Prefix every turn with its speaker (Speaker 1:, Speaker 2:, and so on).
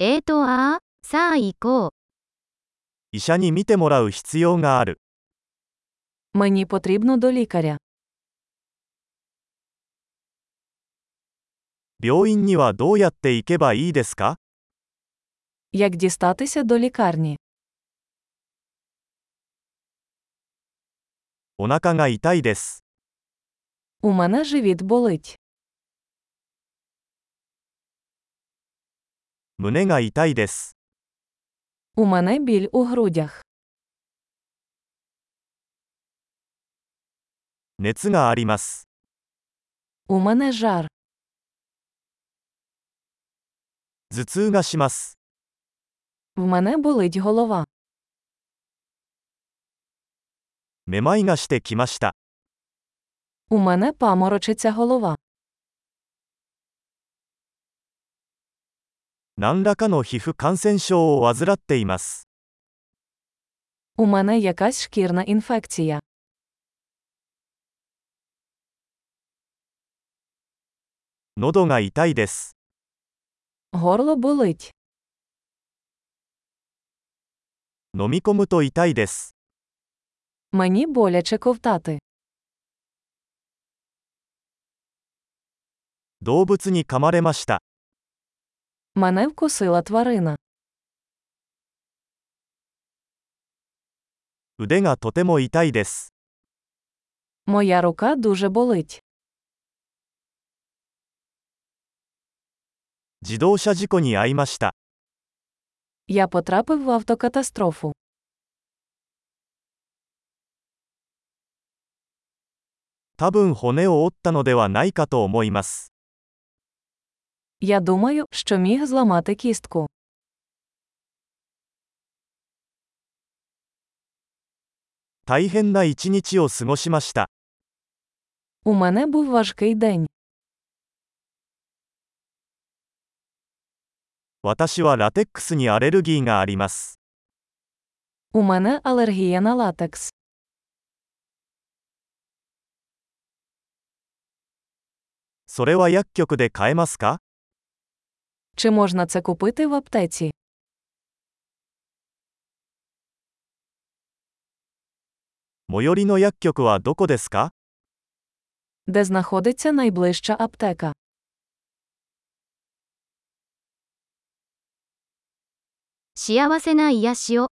Speaker 1: えーとあー、さあ行こう。
Speaker 2: 医者に診てもらう必要がある。
Speaker 3: Мені потрібно до лікаря.
Speaker 2: 病院にはどうやって行けばいいですか
Speaker 3: Як дістатися до лікарні?
Speaker 2: お腹が痛いです。
Speaker 3: У мене живіт болить.
Speaker 2: 胸が痛いです。
Speaker 3: У мене біль у грудях.
Speaker 2: 熱があります。
Speaker 3: У мене жар.
Speaker 2: 頭痛がします。
Speaker 3: В мене болить голова.
Speaker 2: めまいがしてきました。
Speaker 3: У мене паморочиться голова.
Speaker 2: 何らかの皮膚感染症を患っています。
Speaker 3: У мене якась шкірна інфекція.
Speaker 2: 喉が痛いです。
Speaker 3: Горло болить.
Speaker 2: 飲み込むと痛いです。
Speaker 3: Мені боляче ковтати.
Speaker 2: 動物に噛まれました。
Speaker 3: Мене вкусила тварина.
Speaker 2: 腕がとても痛いです。
Speaker 3: Моя рука дуже болить.
Speaker 2: 自動車事故に遭いました。
Speaker 3: Я потрапив в автокатастрофу.
Speaker 2: 多分骨を折ったのではないかと思います。
Speaker 3: Я думаю, що міг зламати кістку.
Speaker 2: 大変な一日を過ごしました。
Speaker 3: У мене був важкий день.
Speaker 2: 私はラテックスにアレルギーがあります。
Speaker 3: У мене алергія на латекс.
Speaker 2: それは薬局で買えますか
Speaker 3: Чи можна це купити в аптеці?
Speaker 2: 最寄りの薬局はどこですか
Speaker 3: Де знаходиться найближча аптека?
Speaker 1: 幸せな癒しを。